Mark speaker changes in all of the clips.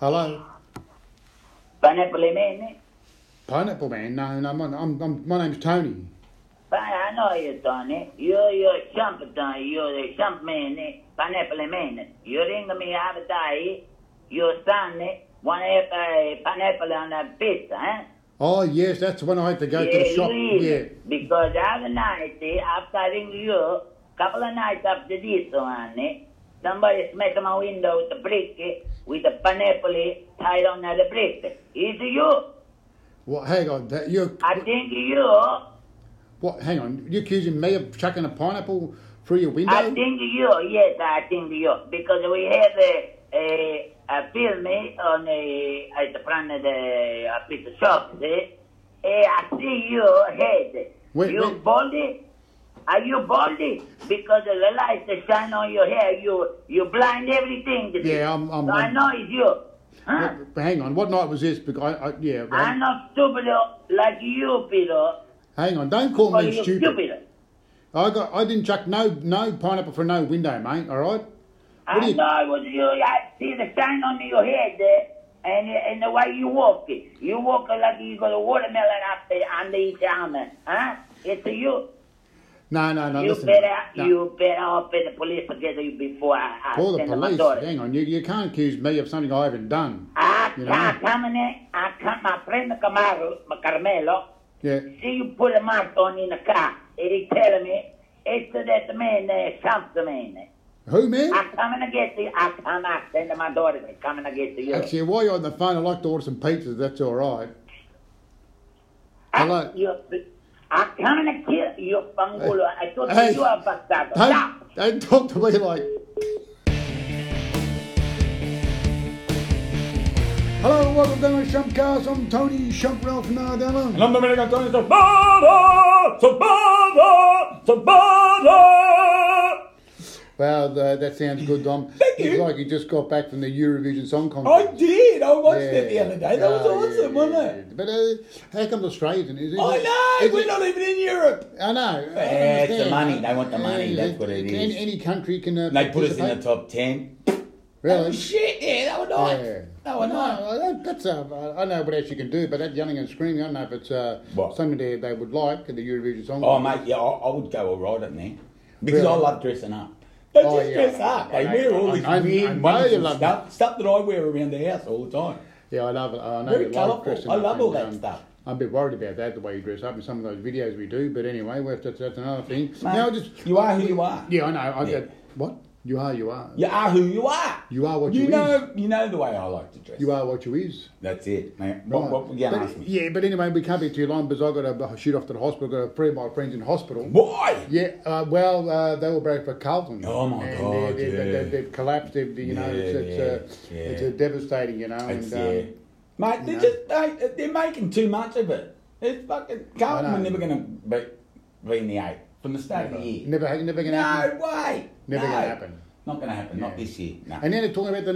Speaker 1: Hello,
Speaker 2: Pineapple Man, eh?
Speaker 1: Pineapple Man. No, no, my, I'm, I'm, my name's Tony.
Speaker 2: But I know you, Tony. You're your chump, Tony. You're the chump man, eh? Pineapple Man. You ring me avatar, your son, eh? One have a pineapple on a pizza, eh?
Speaker 1: Oh yes, that's when I had to go to the shop.
Speaker 2: you
Speaker 1: Yeah,
Speaker 2: is. Because other night, eh, after I ring you, couple of nights after this one, eh? Somebody smack my window with a brick, eh? With a pineapple eh, tied on the brick. It's you.
Speaker 1: What? Hang on. That you.
Speaker 2: I think you
Speaker 1: What? Hang on. You accusing me of chucking a pineapple through your window?
Speaker 2: I think you, yes, I think you, because we have a, a, a film eh, on a, at the front of the a pizza shop. See? Eh, I see your head.
Speaker 1: Wait,
Speaker 2: you
Speaker 1: wait.
Speaker 2: baldy? Are you baldy? Because of the lights that shine on your hair, you you blind everything. to see.
Speaker 1: Yeah, I'm- I'm-
Speaker 2: so I
Speaker 1: I'm-
Speaker 2: know it's you. Huh?
Speaker 1: But- but hang on. What night was this? Because I, I yeah. well,
Speaker 2: I'm not stupid like you, Peter.
Speaker 1: hang on. Don't call
Speaker 2: Or
Speaker 1: me
Speaker 2: you
Speaker 1: stupid.
Speaker 2: Oh, stupid.
Speaker 1: I got. I didn't chuck no no pineapple through no window, mate. All right. What do
Speaker 2: I
Speaker 1: you-
Speaker 2: know it was you. I see the shine on your head there, and and the way you walk it. You walk it like you got a watermelon up there under each arm, huh? It's you.
Speaker 1: No, no, no.
Speaker 2: you
Speaker 1: listen.
Speaker 2: better
Speaker 1: No.
Speaker 2: you better up in the police to get you before I, I
Speaker 1: Call the
Speaker 2: send my
Speaker 1: police.
Speaker 2: daughter.
Speaker 1: Hang on. You you can't accuse me of something I haven't done.
Speaker 2: I
Speaker 1: You know.
Speaker 2: can't come in there. I come. My friend Camaro, Carmelo.
Speaker 1: Yeah.
Speaker 2: See you put a mask on in the car, and he telling me it's that man there, something man. eh."
Speaker 1: Who, man?
Speaker 2: I come and get you. I come. I send my daughter. to Come and get you.
Speaker 1: Actually, while you're on the phone, I'd like to order some pizzas. if That's all right. Hello.
Speaker 2: Ah, Yo, I'm coming to kill you, Pangulo. I told
Speaker 1: Hey.
Speaker 2: you you are bastardo.
Speaker 1: Don't,
Speaker 2: Stop.
Speaker 1: don't talk to me like. Hello and welcome down to Shumpcast. I'm Tony Shump Ralph Nardella.
Speaker 3: And I'm the American Tony Sabada! Sabada! Sabada!
Speaker 1: Wow, th- uh, that sounds good, Dom.
Speaker 3: Thank
Speaker 1: it's
Speaker 3: you.
Speaker 1: like you just got back from the Eurovision Song
Speaker 3: I
Speaker 1: Contest.
Speaker 3: did! I watched
Speaker 1: Yeah.
Speaker 3: that the other day. That was
Speaker 1: Oh, yeah,
Speaker 3: awesome,
Speaker 1: yeah,
Speaker 3: wasn't it?
Speaker 1: yeah. But uh, how comes Australia's in? Is it?
Speaker 3: I know!
Speaker 1: is
Speaker 3: We're
Speaker 1: it-
Speaker 3: not even in Europe!
Speaker 1: I know. I
Speaker 4: Eh, it's the
Speaker 1: understand.
Speaker 4: money. They want the money.
Speaker 1: Uh,
Speaker 4: That's what it is.
Speaker 1: Any, any country can. Uh,
Speaker 4: And They put us in the
Speaker 1: participate.
Speaker 4: top 10.
Speaker 3: Oh,
Speaker 1: Really?
Speaker 3: shit, yeah, that was nice.
Speaker 1: Yeah.
Speaker 3: That was nice.
Speaker 1: Oh, No, that- that's uh, I- I know what else you can do, but that yelling and screaming, I don't know if it's uh,
Speaker 4: What?
Speaker 1: something they, they would like in the Eurovision Song.
Speaker 4: Oh,
Speaker 1: Contest.
Speaker 4: mate, yeah, I, I would go all right at me. Because
Speaker 1: Really?
Speaker 4: I love dressing up.
Speaker 3: They
Speaker 1: Oh,
Speaker 3: just
Speaker 1: yeah.
Speaker 3: dress up. They
Speaker 1: I-
Speaker 3: wear
Speaker 1: I-
Speaker 3: all this
Speaker 1: I- I know
Speaker 3: weird,
Speaker 1: you
Speaker 3: wonderful
Speaker 1: love
Speaker 4: Stuff,
Speaker 3: stuff.
Speaker 4: stuff that I wear around the house all the time.
Speaker 1: Yeah, I love it. I know
Speaker 4: Very
Speaker 1: you like
Speaker 4: colourful.
Speaker 1: dressing
Speaker 4: I
Speaker 1: up
Speaker 4: love
Speaker 1: and, um,
Speaker 4: all that stuff.
Speaker 1: I'm a bit worried about that, the way you dress up in some of those videos we do, but anyway, well, that's, that's another thing.
Speaker 4: Mate,
Speaker 1: No, just
Speaker 4: you are who you are.
Speaker 1: Yeah, I know. I
Speaker 4: Yeah.
Speaker 1: got what you are. You are.
Speaker 4: You are who you are.
Speaker 1: You are what you
Speaker 4: know. You know the way I like to dress.
Speaker 1: You are what you is.
Speaker 4: That's it, mate. What, what, you
Speaker 1: But-
Speaker 4: ask me?
Speaker 1: yeah, but anyway, we can't be too long because I got to shoot off to the hospital. Got three of my friends in hospital.
Speaker 4: Why?
Speaker 1: Yeah, uh, well, uh, they were broke for Carlton.
Speaker 4: Oh, my
Speaker 1: and They've,
Speaker 4: God,
Speaker 1: they've,
Speaker 4: yeah.
Speaker 1: they've, they've collapsed. They've, you know, it's
Speaker 4: Yeah,
Speaker 1: it's, uh,
Speaker 4: yeah,
Speaker 1: it's
Speaker 4: yeah.
Speaker 1: a devastating, you know.
Speaker 4: It's, yeah.
Speaker 1: and, uh,
Speaker 4: Mate, they're
Speaker 1: no.
Speaker 4: just mate, they're making too much of it. It's fucking Carlton
Speaker 1: know.
Speaker 4: were never gonna be, be in the eight from the start
Speaker 1: um,
Speaker 4: of the year.
Speaker 1: never, ha- never gonna happen.
Speaker 4: No way.
Speaker 1: Never
Speaker 4: No.
Speaker 1: gonna happen.
Speaker 4: Not gonna happen. Not
Speaker 1: Yeah.
Speaker 4: this year. No.
Speaker 1: And then they're talking about the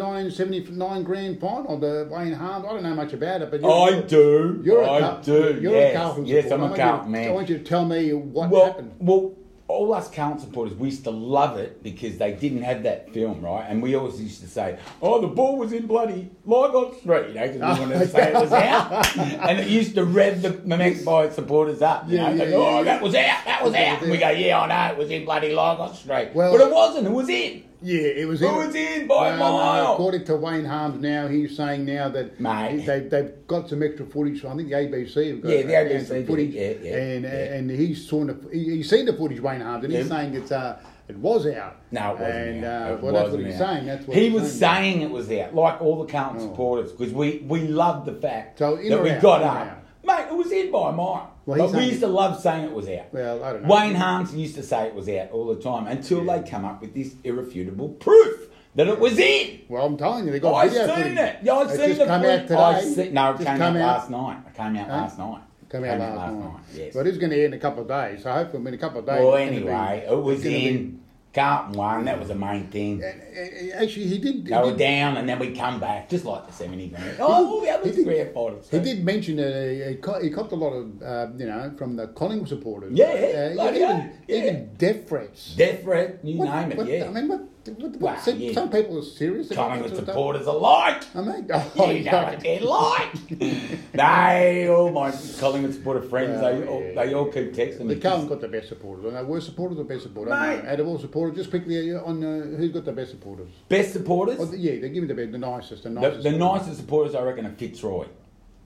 Speaker 1: 1979 grand final, the Wayne Harms. I don't know much about it, but you're,
Speaker 4: I do.
Speaker 1: You're
Speaker 4: I
Speaker 1: a, Car-
Speaker 4: do.
Speaker 1: You're
Speaker 4: yes.
Speaker 1: a Carlton
Speaker 4: Yes,
Speaker 1: supporter.
Speaker 4: I'm a
Speaker 1: I want
Speaker 4: Carlton
Speaker 1: you to-
Speaker 4: man.
Speaker 1: I want you to tell me what
Speaker 4: well,
Speaker 1: happened.
Speaker 4: Well, all us Carlton supporters, we used to love it because they didn't have that film, right? And we always used to say, "Oh, the ball was in bloody like on three," you know, because we wanted to say it was out, and it used to rev the Magpie supporters up. You
Speaker 1: Yeah,
Speaker 4: know,
Speaker 1: yeah,
Speaker 4: they go,
Speaker 1: yeah,
Speaker 4: "Oh,
Speaker 1: yeah.
Speaker 4: that was out, that was
Speaker 1: That was
Speaker 4: out," and we
Speaker 1: it.
Speaker 4: go, "Yeah, I know, it was in bloody like on straight,"
Speaker 1: Well-
Speaker 4: but it wasn't. It was in.
Speaker 1: Yeah, it was
Speaker 4: It
Speaker 1: in.
Speaker 4: was in by a
Speaker 1: No, no,
Speaker 4: mile.
Speaker 1: according to Wayne Harms now, he's saying now that
Speaker 4: Mate.
Speaker 1: They, they've got some extra footage. I think the ABC have got
Speaker 4: Yeah, the
Speaker 1: uh,
Speaker 4: ABC
Speaker 1: some
Speaker 4: did,
Speaker 1: footage.
Speaker 4: yeah, yeah,
Speaker 1: and,
Speaker 4: yeah.
Speaker 1: and he's seen the, he, he's seen the footage, Wayne Harms, and he's
Speaker 4: Yeah.
Speaker 1: saying it's, uh, it was out.
Speaker 4: No, it wasn't.
Speaker 1: And,
Speaker 4: out.
Speaker 1: Uh, well,
Speaker 4: It
Speaker 1: that's what
Speaker 4: wasn't
Speaker 1: he's
Speaker 4: out.
Speaker 1: saying. That's what
Speaker 4: he
Speaker 1: he's
Speaker 4: was saying it was out, like all the Carlton supporters, because we we loved the fact
Speaker 1: So in
Speaker 4: that
Speaker 1: or
Speaker 4: we
Speaker 1: out?
Speaker 4: got
Speaker 1: In or
Speaker 4: up,
Speaker 1: out?
Speaker 4: mate. It was in by a mile.
Speaker 1: Well, he's
Speaker 4: but we
Speaker 1: saying-
Speaker 4: used to love saying it was out.
Speaker 1: Well, I don't know.
Speaker 4: Wayne Harms used to say it was out all the time until they come up with this irrefutable proof that it was in.
Speaker 1: Well, I'm telling you, they got
Speaker 4: I
Speaker 1: video
Speaker 4: seen
Speaker 1: footage.
Speaker 4: it. Yeah, I
Speaker 1: It's
Speaker 4: seen
Speaker 1: just
Speaker 4: the
Speaker 1: come
Speaker 4: footage.
Speaker 1: out today.
Speaker 4: I see- no, it
Speaker 1: Just
Speaker 4: came
Speaker 1: come
Speaker 4: out,
Speaker 1: out.
Speaker 4: last night. It came out
Speaker 1: Huh?
Speaker 4: last night.
Speaker 1: Come out
Speaker 4: Came
Speaker 1: last, night.
Speaker 4: Yes.
Speaker 1: But it's going to end in a couple of days. So hopefully, in a couple of days.
Speaker 4: well,
Speaker 1: it's gonna be-
Speaker 4: anyway, it was
Speaker 1: it's gonna be-
Speaker 4: in. Carlton won. That was the main thing.
Speaker 1: And, uh, uh, actually, he did.
Speaker 4: They
Speaker 1: he
Speaker 4: were
Speaker 1: did-
Speaker 4: down and then we come back, just like the 70 grand. Oh, we have
Speaker 1: he
Speaker 4: the
Speaker 1: did-
Speaker 4: grand finals.
Speaker 1: He did mention that he, he, co- he copped a lot of, uh, you know, from the Collingwood supporters. Uh,
Speaker 4: Yeah, bloody
Speaker 1: even,
Speaker 4: hell, yeah.
Speaker 1: even death threats.
Speaker 4: Death threat, you
Speaker 1: What-
Speaker 4: name it,
Speaker 1: what-
Speaker 4: yeah.
Speaker 1: I mean, what What, what,
Speaker 4: Wow,
Speaker 1: some,
Speaker 4: yeah.
Speaker 1: some people are serious. about
Speaker 4: Collingwood
Speaker 1: that sort of
Speaker 4: supporters alike.
Speaker 1: stuff. I mean, oh,
Speaker 4: You know
Speaker 1: yeah.
Speaker 4: what they're like. they, all my Collingwood supporter friends,
Speaker 1: Oh,
Speaker 4: they, all, they all keep texting me.
Speaker 1: The Carlton got the best supporters. and They were supporters or best supporters. I don't
Speaker 4: Mate.
Speaker 1: know. Out of all supporters, just quickly uh, on uh, who's got the best supporters.
Speaker 4: Best supporters?
Speaker 1: Oh, the- yeah, they give me the best, the nicest, the
Speaker 4: The,
Speaker 1: nicest.
Speaker 4: the nicest supporters, I reckon, are Fitzroy.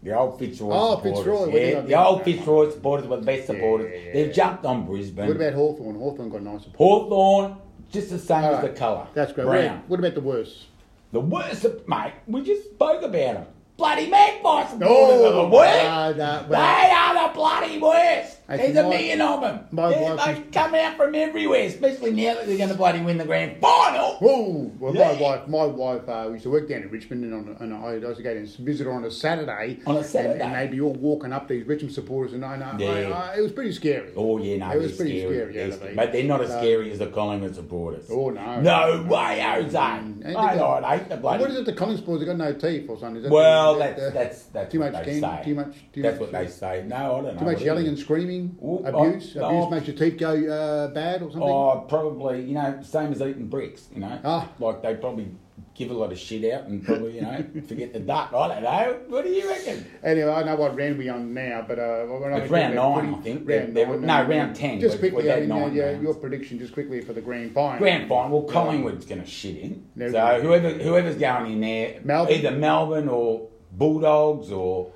Speaker 4: The old Fitzroy
Speaker 1: Oh,
Speaker 4: supporters.
Speaker 1: Fitzroy, we
Speaker 4: Yeah,
Speaker 1: love
Speaker 4: the
Speaker 1: them.
Speaker 4: old Fitzroy supporters were the best supporters.
Speaker 1: Yeah.
Speaker 4: They've jumped on Brisbane.
Speaker 1: What about Hawthorn? Hawthorn got nice support.
Speaker 4: Hawthorn? Just the same as
Speaker 1: All right.
Speaker 4: the colour.
Speaker 1: That's great. What
Speaker 4: Brown.
Speaker 1: about, what about the worst?
Speaker 4: The worst, of- mate, we just spoke about them. Bloody magpie supporters
Speaker 1: Oh,
Speaker 4: are the worst.
Speaker 1: no, no, well-
Speaker 4: they are the bloody worst.
Speaker 1: Hey,
Speaker 4: There's
Speaker 1: see,
Speaker 4: a
Speaker 1: my-
Speaker 4: million of them.
Speaker 1: my
Speaker 4: They're-
Speaker 1: wife
Speaker 4: They
Speaker 1: is-
Speaker 4: come out from everywhere, especially now that they're going to bloody win the grand final.
Speaker 1: Whoa! Well, my
Speaker 4: Yeah.
Speaker 1: wife, my wife uh, used to work down in Richmond, and, on, and I used to go down and visit her on a Saturday.
Speaker 4: On
Speaker 1: and-
Speaker 4: a
Speaker 1: and,
Speaker 4: Saturday.
Speaker 1: they'd be all walking up these Richmond supporters, and I know I-
Speaker 4: Yeah.
Speaker 1: I- it was pretty scary.
Speaker 4: Oh yeah, no,
Speaker 1: it was
Speaker 4: they're
Speaker 1: pretty
Speaker 4: scary.
Speaker 1: scary.
Speaker 4: They're
Speaker 1: yeah,
Speaker 4: scary.
Speaker 1: they-
Speaker 4: But they're not as
Speaker 1: No.
Speaker 4: scary as the Collingwood supporters.
Speaker 1: Oh no! Mm,
Speaker 4: No way, Ozone.
Speaker 1: And
Speaker 4: I
Speaker 1: they
Speaker 4: know,
Speaker 1: got-
Speaker 4: I hate the bloody.
Speaker 1: What is it? The Collins boys have got no teeth or something. Is that
Speaker 4: well,
Speaker 1: the-
Speaker 4: that's
Speaker 1: the-
Speaker 4: that's that's
Speaker 1: too
Speaker 4: what
Speaker 1: much
Speaker 4: they
Speaker 1: can-
Speaker 4: say.
Speaker 1: too much- too much-
Speaker 4: that's what they say. No, I don't know.
Speaker 1: too much
Speaker 4: what it
Speaker 1: yelling
Speaker 4: is.
Speaker 1: and screaming.
Speaker 4: Well, I-
Speaker 1: abuse,
Speaker 4: no,
Speaker 1: abuse
Speaker 4: I-
Speaker 1: makes your teeth go uh, bad or something.
Speaker 4: Oh, probably, you know, same as eating bricks, you know.
Speaker 1: Ah.
Speaker 4: Like they probably give a lot of shit out and probably, you know, forget the duck. I don't know. What do you reckon?
Speaker 1: Anyway, I know what round we on now, but uh, when I
Speaker 4: It's
Speaker 1: was talking
Speaker 4: round
Speaker 1: about
Speaker 4: nine,
Speaker 1: footy-
Speaker 4: I think. They- they were- no, round 10
Speaker 1: Just
Speaker 4: was-
Speaker 1: quickly,
Speaker 4: was that
Speaker 1: I mean,
Speaker 4: nine
Speaker 1: yeah,
Speaker 4: rounds?
Speaker 1: your prediction just quickly for the grand final.
Speaker 4: Grand final. Well, Collingwood's going to shit in.
Speaker 1: No.
Speaker 4: so whoever whoever's going in there,
Speaker 1: Melbourne.
Speaker 4: either Melbourne or Bulldogs or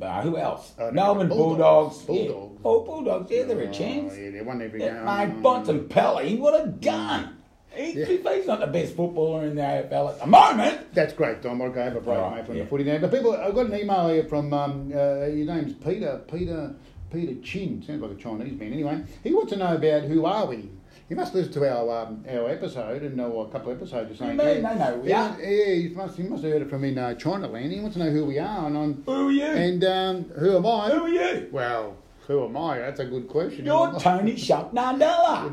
Speaker 4: uh, who else?
Speaker 1: Oh, no,
Speaker 4: Melbourne
Speaker 1: Bulldogs.
Speaker 4: Bulldogs.
Speaker 1: Bulldogs.
Speaker 4: Yeah. Oh, Bulldogs. Yeah, they're
Speaker 1: Oh,
Speaker 4: a chance.
Speaker 1: yeah, they won every
Speaker 4: Yeah,
Speaker 1: game.
Speaker 4: mate, Bontempelli, what a gun! He,
Speaker 1: Yeah.
Speaker 4: He's not the best footballer in the AFL at the moment.
Speaker 1: That's great, Dom. I'll go have a break,
Speaker 4: Alright,
Speaker 1: mate, from
Speaker 4: yeah.
Speaker 1: the footy now. But people, I got an email here from um, uh, your name's Peter, Peter, Peter Chin. Sounds like a Chinese man. Anyway, he wants to know about who are we. He must listen to our um, our episode and or a couple of episodes or something.
Speaker 4: do you mean? They know who we
Speaker 1: yeah,
Speaker 4: are.
Speaker 1: yeah, he must he must have heard it from in uh, China land. He wants to know who we are and I'm,
Speaker 4: Who are you?
Speaker 1: and um, who am I?
Speaker 4: Who are you?
Speaker 1: Well, who am I? That's a good question.
Speaker 4: You're
Speaker 1: Who am I?
Speaker 4: Tony Sharp Nandela,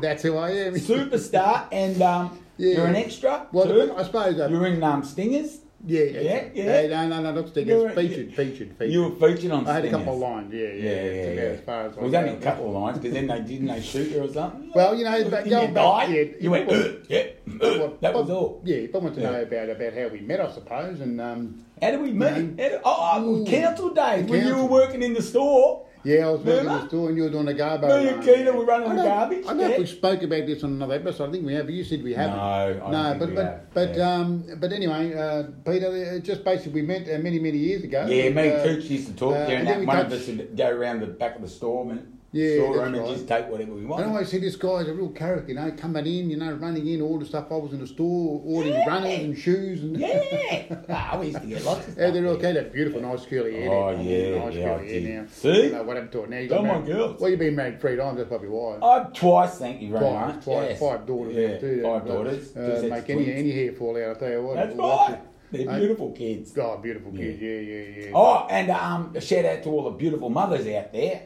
Speaker 1: That's who I am.
Speaker 4: superstar, and um,
Speaker 1: Yeah.
Speaker 4: you're an extra.
Speaker 1: Well,
Speaker 4: too.
Speaker 1: I suppose. Uh,
Speaker 4: You're in um, Stingers.
Speaker 1: yeah, yeah,
Speaker 4: Yeah, yeah.
Speaker 1: Hey, no, no, no, not
Speaker 4: You
Speaker 1: stickers.
Speaker 4: were-
Speaker 1: Featured, featured, featured.
Speaker 4: You were featured on.
Speaker 1: I had a
Speaker 4: Stingers.
Speaker 1: couple of lines, yeah, yeah.
Speaker 4: Yeah, yeah,
Speaker 1: it's
Speaker 4: yeah.
Speaker 1: about as far as
Speaker 4: it was
Speaker 1: I
Speaker 4: only a
Speaker 1: go.
Speaker 4: couple of lines because then they didn't they shoot you or something.
Speaker 1: Well, you know, but
Speaker 4: Didn't
Speaker 1: going
Speaker 4: you
Speaker 1: back-
Speaker 4: die?
Speaker 1: yeah,
Speaker 4: you went.
Speaker 1: well-
Speaker 4: "Ugh, yeah,
Speaker 1: But
Speaker 4: ugh,"
Speaker 1: what-
Speaker 4: that was
Speaker 1: but-
Speaker 4: all.
Speaker 1: Yeah, but I want to know
Speaker 4: Yeah.
Speaker 1: about about how we met, I suppose, and um,
Speaker 4: How did we meet? How do- oh,
Speaker 1: Ooh.
Speaker 4: oh council days when you
Speaker 1: Council.
Speaker 4: were working in the store.
Speaker 1: yeah, I was working in the
Speaker 4: Remember?
Speaker 1: store and you were doing a garbo.
Speaker 4: Me and
Speaker 1: run.
Speaker 4: Keita were running
Speaker 1: I
Speaker 4: the
Speaker 1: don't-
Speaker 4: garbage,
Speaker 1: I don't know if
Speaker 4: yeah.
Speaker 1: we spoke about this on another episode. I think we have. but You said we haven't.
Speaker 4: I don't
Speaker 1: no,
Speaker 4: think
Speaker 1: but
Speaker 4: we
Speaker 1: but
Speaker 4: have,
Speaker 1: but
Speaker 4: yeah.
Speaker 1: um, but anyway, uh, Peter, uh, just basically we met uh, many many years ago.
Speaker 4: Yeah, me
Speaker 1: Uh,
Speaker 4: and Cooch used to talk
Speaker 1: uh,
Speaker 4: there,
Speaker 1: and
Speaker 4: and
Speaker 1: then
Speaker 4: that
Speaker 1: we
Speaker 4: one of
Speaker 1: touched-
Speaker 4: us would go around the back of the store and
Speaker 1: Yeah,
Speaker 4: store
Speaker 1: that's
Speaker 4: room and
Speaker 1: right.
Speaker 4: just take whatever we
Speaker 1: I
Speaker 4: want.
Speaker 1: always see this guy's a real character, you know, coming in, you know, running in, all the stuff. I was in the store, ordering
Speaker 4: Yeah.
Speaker 1: runners and shoes and
Speaker 4: Yeah, Ah, we used to get lots of stuff.
Speaker 1: Yeah, they're
Speaker 4: there.
Speaker 1: okay. That beautiful, nice curly hair.
Speaker 4: Oh,
Speaker 1: now.
Speaker 4: yeah,
Speaker 1: nice
Speaker 4: yeah,
Speaker 1: curly
Speaker 4: I
Speaker 1: hair
Speaker 4: did.
Speaker 1: now.
Speaker 4: See?
Speaker 1: I don't know what happened to it now. You got
Speaker 4: Oh, my
Speaker 1: married-
Speaker 4: girls.
Speaker 1: Well, you've been married three times. That's probably why.
Speaker 4: I've twice, thank you very
Speaker 1: Five,
Speaker 4: much.
Speaker 1: five,
Speaker 4: yes.
Speaker 1: five daughters.
Speaker 4: Yeah,
Speaker 1: too,
Speaker 4: five
Speaker 1: but,
Speaker 4: daughters.
Speaker 1: Uh,
Speaker 4: Two
Speaker 1: make
Speaker 4: sets
Speaker 1: any
Speaker 4: twins.
Speaker 1: any hair fall out. I tell you what.
Speaker 4: That's
Speaker 1: it will watch
Speaker 4: right.
Speaker 1: you.
Speaker 4: They're
Speaker 1: Hey,
Speaker 4: beautiful kids.
Speaker 1: Oh, beautiful
Speaker 4: Yeah.
Speaker 1: kids. Yeah, yeah, yeah.
Speaker 4: Oh, and um, a shout out to all the beautiful mothers out there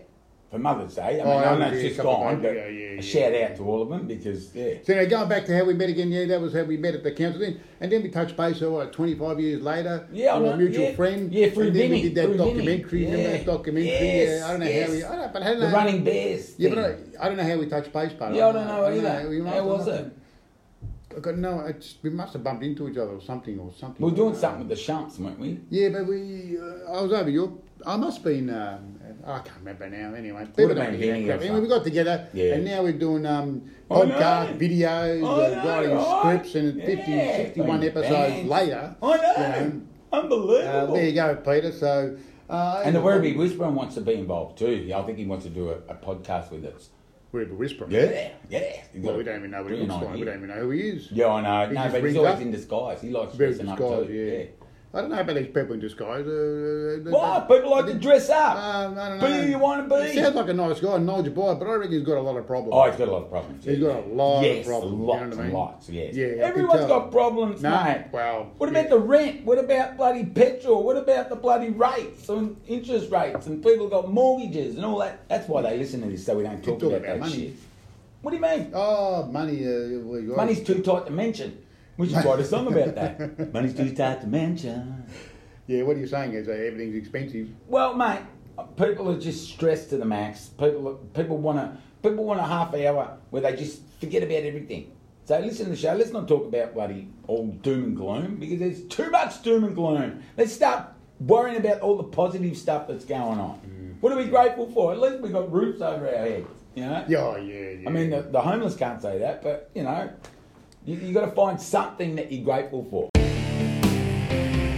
Speaker 4: for Mother's Day. I mean,
Speaker 1: Oh,
Speaker 4: I know
Speaker 1: yeah,
Speaker 4: it's
Speaker 1: a
Speaker 4: just
Speaker 1: couple
Speaker 4: gone,
Speaker 1: days
Speaker 4: but
Speaker 1: ago, yeah, yeah.
Speaker 4: a shout out to all of them because, yeah.
Speaker 1: So now going back to how we met again, yeah, that was how we met at the council then, and then we touched base. So what, twenty five years later,
Speaker 4: Yeah, I
Speaker 1: through a
Speaker 4: know,
Speaker 1: mutual
Speaker 4: yeah.
Speaker 1: friend,
Speaker 4: Yeah, through
Speaker 1: and then we
Speaker 4: Vinny,
Speaker 1: did that
Speaker 4: through Vinny,
Speaker 1: documentary. Remember
Speaker 4: yeah.
Speaker 1: that documentary?
Speaker 4: Yes,
Speaker 1: yeah, I don't know
Speaker 4: yes.
Speaker 1: how we. I don't, but how
Speaker 4: The Running Bears.
Speaker 1: Yeah, but
Speaker 4: thing.
Speaker 1: I, I don't know how we touched base, but
Speaker 4: Yeah, I don't know
Speaker 1: We
Speaker 4: either.
Speaker 1: might-
Speaker 4: How was it?
Speaker 1: I got no. It's, we must have bumped into each other or something or something.
Speaker 4: We were doing something with the Shumps, weren't we?
Speaker 1: Yeah, but we. Uh, I was over your. I must have been. Um, I can't remember now. Anyway,
Speaker 4: Would've
Speaker 1: People don't
Speaker 4: been
Speaker 1: give a
Speaker 4: Vinny
Speaker 1: crap.
Speaker 4: or
Speaker 1: Anyway, we got together,
Speaker 4: Yeah.
Speaker 1: and now we're doing um,
Speaker 4: I know.
Speaker 1: podcast videos,
Speaker 4: I
Speaker 1: uh,
Speaker 4: know,
Speaker 1: writing
Speaker 4: right?
Speaker 1: scripts, and 50,
Speaker 4: Yeah.
Speaker 1: 61
Speaker 4: Bang,
Speaker 1: episodes
Speaker 4: bang.
Speaker 1: later.
Speaker 4: I
Speaker 1: you
Speaker 4: know.
Speaker 1: Uh,
Speaker 4: Unbelievable.
Speaker 1: there you go, Peter. So. Uh,
Speaker 4: and the Werribee Whisperer wants to be involved too. I think he wants to do a, a podcast with us.
Speaker 1: Werribee Whisperer.
Speaker 4: Yeah, yeah. He's
Speaker 1: Well,
Speaker 4: got
Speaker 1: we
Speaker 4: a
Speaker 1: don't even know what he
Speaker 4: brilliant
Speaker 1: looks like. We
Speaker 4: idea.
Speaker 1: don't even know who he is.
Speaker 4: Yeah, I know.
Speaker 1: He
Speaker 4: no,
Speaker 1: just
Speaker 4: but
Speaker 1: rings
Speaker 4: he's always
Speaker 1: up.
Speaker 4: in disguise. He likes
Speaker 1: Very
Speaker 4: dressing up
Speaker 1: disguised,
Speaker 4: too.
Speaker 1: yeah. I don't know about these people in disguise. Uh,
Speaker 4: Why? People like to dress up.
Speaker 1: Um, I don't
Speaker 4: be
Speaker 1: know.
Speaker 4: who you want to be.
Speaker 1: He sounds like a nice guy, a knowledgeable boy, but I reckon he's got a lot of problems.
Speaker 4: Oh, he's got a lot of problems.
Speaker 1: He's
Speaker 4: yeah.
Speaker 1: got a lot of
Speaker 4: yes,
Speaker 1: problems, you know
Speaker 4: lots
Speaker 1: what I
Speaker 4: and
Speaker 1: mean?
Speaker 4: lots. Yes.
Speaker 1: Yeah, I can
Speaker 4: Everyone's
Speaker 1: tell.
Speaker 4: got problems,
Speaker 1: No,
Speaker 4: mate.
Speaker 1: well,
Speaker 4: What
Speaker 1: yeah.
Speaker 4: about the rent? What about bloody petrol? What about the bloody rates and interest rates? And people got mortgages and all that. That's why they listen to this, so we don't talk
Speaker 1: talk
Speaker 4: about,
Speaker 1: about
Speaker 4: that
Speaker 1: money.
Speaker 4: shit. What do you mean?
Speaker 1: Oh, money. Uh, well, you-
Speaker 4: Money's too tight to mention. We should write a song about that. Money's too tight to mention.
Speaker 1: Yeah, what are you saying? Is uh, everything's expensive?
Speaker 4: Well, mate, people are just stressed to the max. People people want to people want a half hour where they just forget about everything. So listen to the show. Let's not talk about bloody all doom and gloom because there's too much doom and gloom. Let's start worrying about all the positive stuff that's going on. What are we grateful for? At least we got roofs over our heads. You know.
Speaker 1: Yeah, oh, yeah, yeah.
Speaker 4: I mean, the, the homeless can't say that, but you know, you, you got to find something that you're grateful for.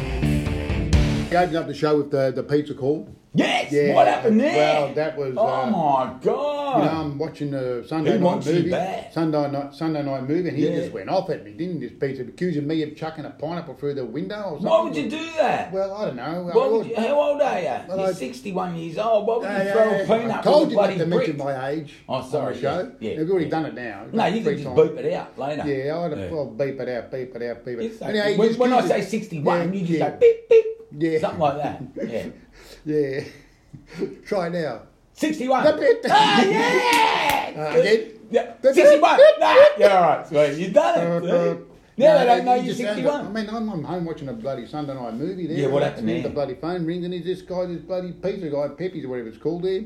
Speaker 1: we opened up the show with the, the pizza call.
Speaker 4: Yes.
Speaker 1: Yeah,
Speaker 4: what happened there?
Speaker 1: well, that was,
Speaker 4: Oh
Speaker 1: uh,
Speaker 4: my
Speaker 1: You
Speaker 4: god.
Speaker 1: know, I'm watching the Sunday
Speaker 4: Who
Speaker 1: night
Speaker 4: Oh. wants you
Speaker 1: movie.
Speaker 4: back?
Speaker 1: Sunday night, Sunday night movie, and he
Speaker 4: Yeah.
Speaker 1: just went off at me, didn't he? This pizza accusing me of chucking a pineapple through the window or something.
Speaker 4: Why would you do that?
Speaker 1: Well, I don't know.
Speaker 4: Why would you, how old are you?
Speaker 1: Well,
Speaker 4: You're
Speaker 1: I-
Speaker 4: 61 years old. Why would
Speaker 1: Yeah,
Speaker 4: you
Speaker 1: yeah,
Speaker 4: throw
Speaker 1: yeah.
Speaker 4: a peanut
Speaker 1: I told
Speaker 4: with
Speaker 1: you
Speaker 4: a
Speaker 1: not to
Speaker 4: bloody brick?
Speaker 1: mention my age.
Speaker 4: Oh, sorry,
Speaker 1: On the show.
Speaker 4: yeah, yeah,
Speaker 1: They've already
Speaker 4: yeah.
Speaker 1: done it now.
Speaker 4: No, you
Speaker 1: Three
Speaker 4: can just
Speaker 1: times.
Speaker 4: beep it out later.
Speaker 1: Yeah, I'd have,
Speaker 4: Yeah.
Speaker 1: well, beep it out, beep it out, beep it out.
Speaker 4: It's like-
Speaker 1: Anyhow, he
Speaker 4: when,
Speaker 1: just
Speaker 4: when I
Speaker 1: used
Speaker 4: say
Speaker 1: it.
Speaker 4: 61,
Speaker 1: Yeah,
Speaker 4: you just
Speaker 1: yeah.
Speaker 4: go beep, beep.
Speaker 1: Yeah.
Speaker 4: Something like that. Yeah.
Speaker 1: Yeah. Try now.
Speaker 4: 61.
Speaker 1: That's it.
Speaker 4: Ah, yeah!
Speaker 1: Uh, again?
Speaker 4: Yeah.
Speaker 1: That's it.
Speaker 4: 61. nah, you're alright. Sweet. You've done
Speaker 1: Uh,
Speaker 4: it. see?
Speaker 1: uh,
Speaker 4: now
Speaker 1: no,
Speaker 4: they don't know
Speaker 1: he
Speaker 4: you're
Speaker 1: just sounds
Speaker 4: 61.
Speaker 1: like- I mean, I'm, I'm home watching a bloody Sunday night movie there.
Speaker 4: Yeah, what
Speaker 1: and
Speaker 4: happened
Speaker 1: that's when
Speaker 4: there?
Speaker 1: The bloody phone rings and he's this guy, this bloody pizza guy, Pepe's or whatever it's called there.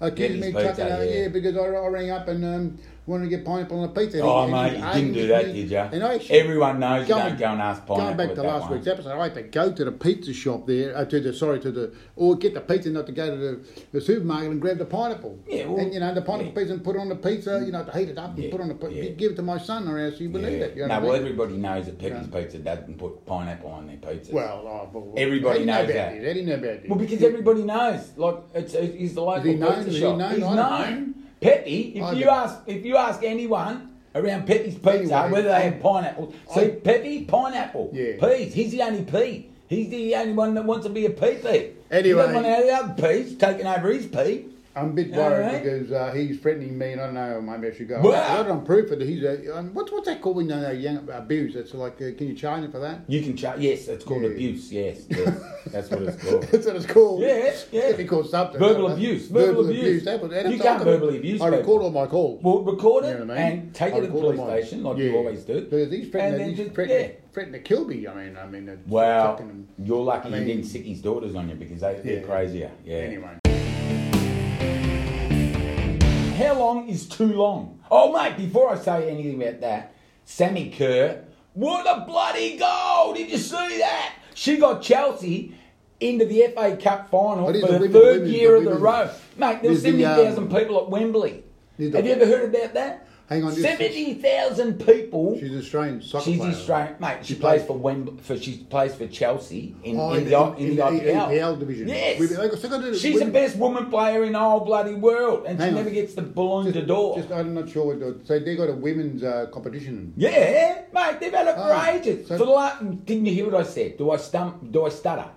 Speaker 1: Accused
Speaker 4: Pepe's
Speaker 1: me
Speaker 4: Pizza,
Speaker 1: chucking out,
Speaker 4: yeah.
Speaker 1: yeah. because I, I rang up and um, wanted to get pineapple on a pizza.
Speaker 4: Oh,
Speaker 1: And he-
Speaker 4: mate,
Speaker 1: and
Speaker 4: you
Speaker 1: he
Speaker 4: didn't do
Speaker 1: aged
Speaker 4: that,
Speaker 1: me.
Speaker 4: did you?
Speaker 1: And I actually-
Speaker 4: Everyone knows you don't go and ask Pineapple.
Speaker 1: Going back
Speaker 4: at
Speaker 1: to
Speaker 4: that
Speaker 1: last
Speaker 4: one.
Speaker 1: week's episode, I had to go to the pizza shop there, uh, to the sorry, to the or get the pizza, not to go to the, the supermarket and grab the pineapple.
Speaker 4: Yeah, well,
Speaker 1: and you know the pineapple
Speaker 4: yeah.
Speaker 1: pizza and put it on the pizza. You know to heat it up and
Speaker 4: Yeah,
Speaker 1: put on the pi-
Speaker 4: yeah.
Speaker 1: give it to my son or else he wouldn't eat it. You know
Speaker 4: no,
Speaker 1: what
Speaker 4: well,
Speaker 1: I mean?
Speaker 4: everybody knows that Pepper's Pizza doesn't put pineapple on their pizza.
Speaker 1: well, oh, well,
Speaker 4: Everybody
Speaker 1: how do you know
Speaker 4: knows
Speaker 1: about
Speaker 4: that.
Speaker 1: This? How do you know about this?
Speaker 4: Well, because everybody knows. Like, it's, it's he's the local
Speaker 1: he known?
Speaker 4: pizza
Speaker 1: Is he
Speaker 4: shop.
Speaker 1: known?
Speaker 4: He's
Speaker 1: I don't
Speaker 4: known. Peppy, if
Speaker 1: I
Speaker 4: you
Speaker 1: don't-
Speaker 4: ask, if you ask anyone around Peppy's Pizza
Speaker 1: Anyway,
Speaker 4: whether they have
Speaker 1: I'm-
Speaker 4: pineapple, see
Speaker 1: I'm-
Speaker 4: Peppy, pineapple.
Speaker 1: Yeah.
Speaker 4: Peas. He's the only pea. He's the only one that wants to be a PP.
Speaker 1: Anyway.
Speaker 4: you don't want to have the other peas taking over his pea.
Speaker 1: I'm a bit
Speaker 4: All
Speaker 1: worried
Speaker 4: right.
Speaker 1: because uh, he's threatening me, and I don't know. Maybe I should go.
Speaker 4: Well-
Speaker 1: I got it on proof that he's a um, what's what's that called when they're young abuse? That's like, uh, can you charge him for that?
Speaker 4: You can charge. Yes, it's called
Speaker 1: Yeah.
Speaker 4: abuse. Yes, yes. that's what it's called.
Speaker 1: That's what it's called.
Speaker 4: Yeah, yeah.
Speaker 1: It'd be called something.
Speaker 4: Verbal
Speaker 1: I don't know.
Speaker 4: abuse, verbal abuse.
Speaker 1: That was, that
Speaker 4: You
Speaker 1: was-
Speaker 4: can't
Speaker 1: I could-
Speaker 4: verbally abuse
Speaker 1: I record
Speaker 4: people.
Speaker 1: all my calls.
Speaker 4: Well, record it
Speaker 1: You know what I mean?
Speaker 4: and take
Speaker 1: I
Speaker 4: it to the
Speaker 1: record
Speaker 4: police
Speaker 1: all my-
Speaker 4: station, like you
Speaker 1: Yeah.
Speaker 4: always do.
Speaker 1: Because he's
Speaker 4: And
Speaker 1: threatening,
Speaker 4: then
Speaker 1: he's
Speaker 4: just-
Speaker 1: threatening,
Speaker 4: yeah.
Speaker 1: threatening to kill me. I mean, I mean, it's
Speaker 4: Wow,
Speaker 1: fucking-
Speaker 4: you're lucky
Speaker 1: I mean-
Speaker 4: you didn't stick his daughters on you because they, they're
Speaker 1: Yeah.
Speaker 4: crazier. Yeah.
Speaker 1: Anyway,
Speaker 4: How long is too long? Oh, mate, before I say anything about that, Sammy Kerr, what a bloody goal! Did you see that? She got Chelsea into the FA Cup final
Speaker 1: Oh,
Speaker 4: for
Speaker 1: it
Speaker 4: the
Speaker 1: is the women-
Speaker 4: third
Speaker 1: women-
Speaker 4: year
Speaker 1: the
Speaker 4: of the
Speaker 1: women-
Speaker 4: row. Mate, there were
Speaker 1: There's the,
Speaker 4: 70,000
Speaker 1: um,
Speaker 4: people at Wembley.
Speaker 1: there's the-
Speaker 4: Have you ever heard about that?
Speaker 1: Hang on, this-
Speaker 4: 70,000 people.
Speaker 1: she's an Australian soccer
Speaker 4: She's
Speaker 1: player.
Speaker 4: Australian, mate. She,
Speaker 1: She
Speaker 4: plays
Speaker 1: played-
Speaker 4: for Wembley. For she plays for Chelsea in,
Speaker 1: Oh,
Speaker 4: in,
Speaker 1: in
Speaker 4: the,
Speaker 1: the-
Speaker 4: I- in
Speaker 1: in
Speaker 4: the
Speaker 1: the
Speaker 4: IPL.
Speaker 1: EPL division.
Speaker 4: Yes,
Speaker 1: We've- like, so good-
Speaker 4: she's
Speaker 1: women-
Speaker 4: the best woman player in the whole bloody world, and she
Speaker 1: Hang on.
Speaker 4: never gets the Ballon
Speaker 1: Just-
Speaker 4: d'Or.
Speaker 1: Just, I'm not sure. What, the- so they got a women's uh, competition.
Speaker 4: Yeah, mate, they've had it for
Speaker 1: Oh,
Speaker 4: ages.
Speaker 1: so-
Speaker 4: for the last, didn't you hear what I said? Do I stump? Do I stutter?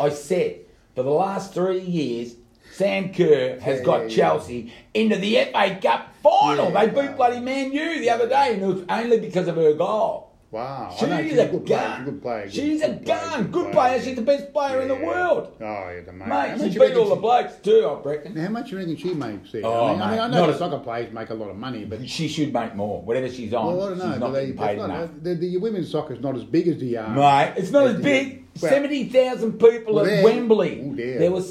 Speaker 4: I said for the last three years, Sam Kerr has
Speaker 1: Yeah,
Speaker 4: got
Speaker 1: yeah, yeah.
Speaker 4: Chelsea into the FA Cup final.
Speaker 1: Yeah,
Speaker 4: they beat
Speaker 1: wow.
Speaker 4: bloody Man U the other day, and it was only because of her goal.
Speaker 1: Wow, I
Speaker 4: Oh, She's,
Speaker 1: know,
Speaker 4: a,
Speaker 1: good player.
Speaker 4: gun.
Speaker 1: She's a good player. good-
Speaker 4: she's a
Speaker 1: good player,
Speaker 4: gun. Good player. She's the best player in the
Speaker 1: Yeah.
Speaker 4: world.
Speaker 1: Oh, yeah, the mate. How
Speaker 4: Mate,
Speaker 1: much
Speaker 4: she
Speaker 1: you
Speaker 4: beat
Speaker 1: reckon
Speaker 4: all the
Speaker 1: she-
Speaker 4: blokes too, I reckon.
Speaker 1: How much do you reckon she makes there?
Speaker 4: Oh,
Speaker 1: I, mean, I mean,
Speaker 4: mate,
Speaker 1: I
Speaker 4: not
Speaker 1: know the
Speaker 4: a-
Speaker 1: soccer players make a lot of money, but
Speaker 4: She should make more. Whatever she's on,
Speaker 1: Well, I don't know.
Speaker 4: Oh, she's not
Speaker 1: do they,
Speaker 4: getting paid
Speaker 1: it's not-
Speaker 4: enough.
Speaker 1: the, the women's soccer's not as big as the. Uh,
Speaker 4: Mate, it's not
Speaker 1: as
Speaker 4: as big.
Speaker 1: Well-
Speaker 4: 70,000 people
Speaker 1: Well,
Speaker 4: at
Speaker 1: there-
Speaker 4: Wembley.
Speaker 1: Oh, dear.
Speaker 4: there were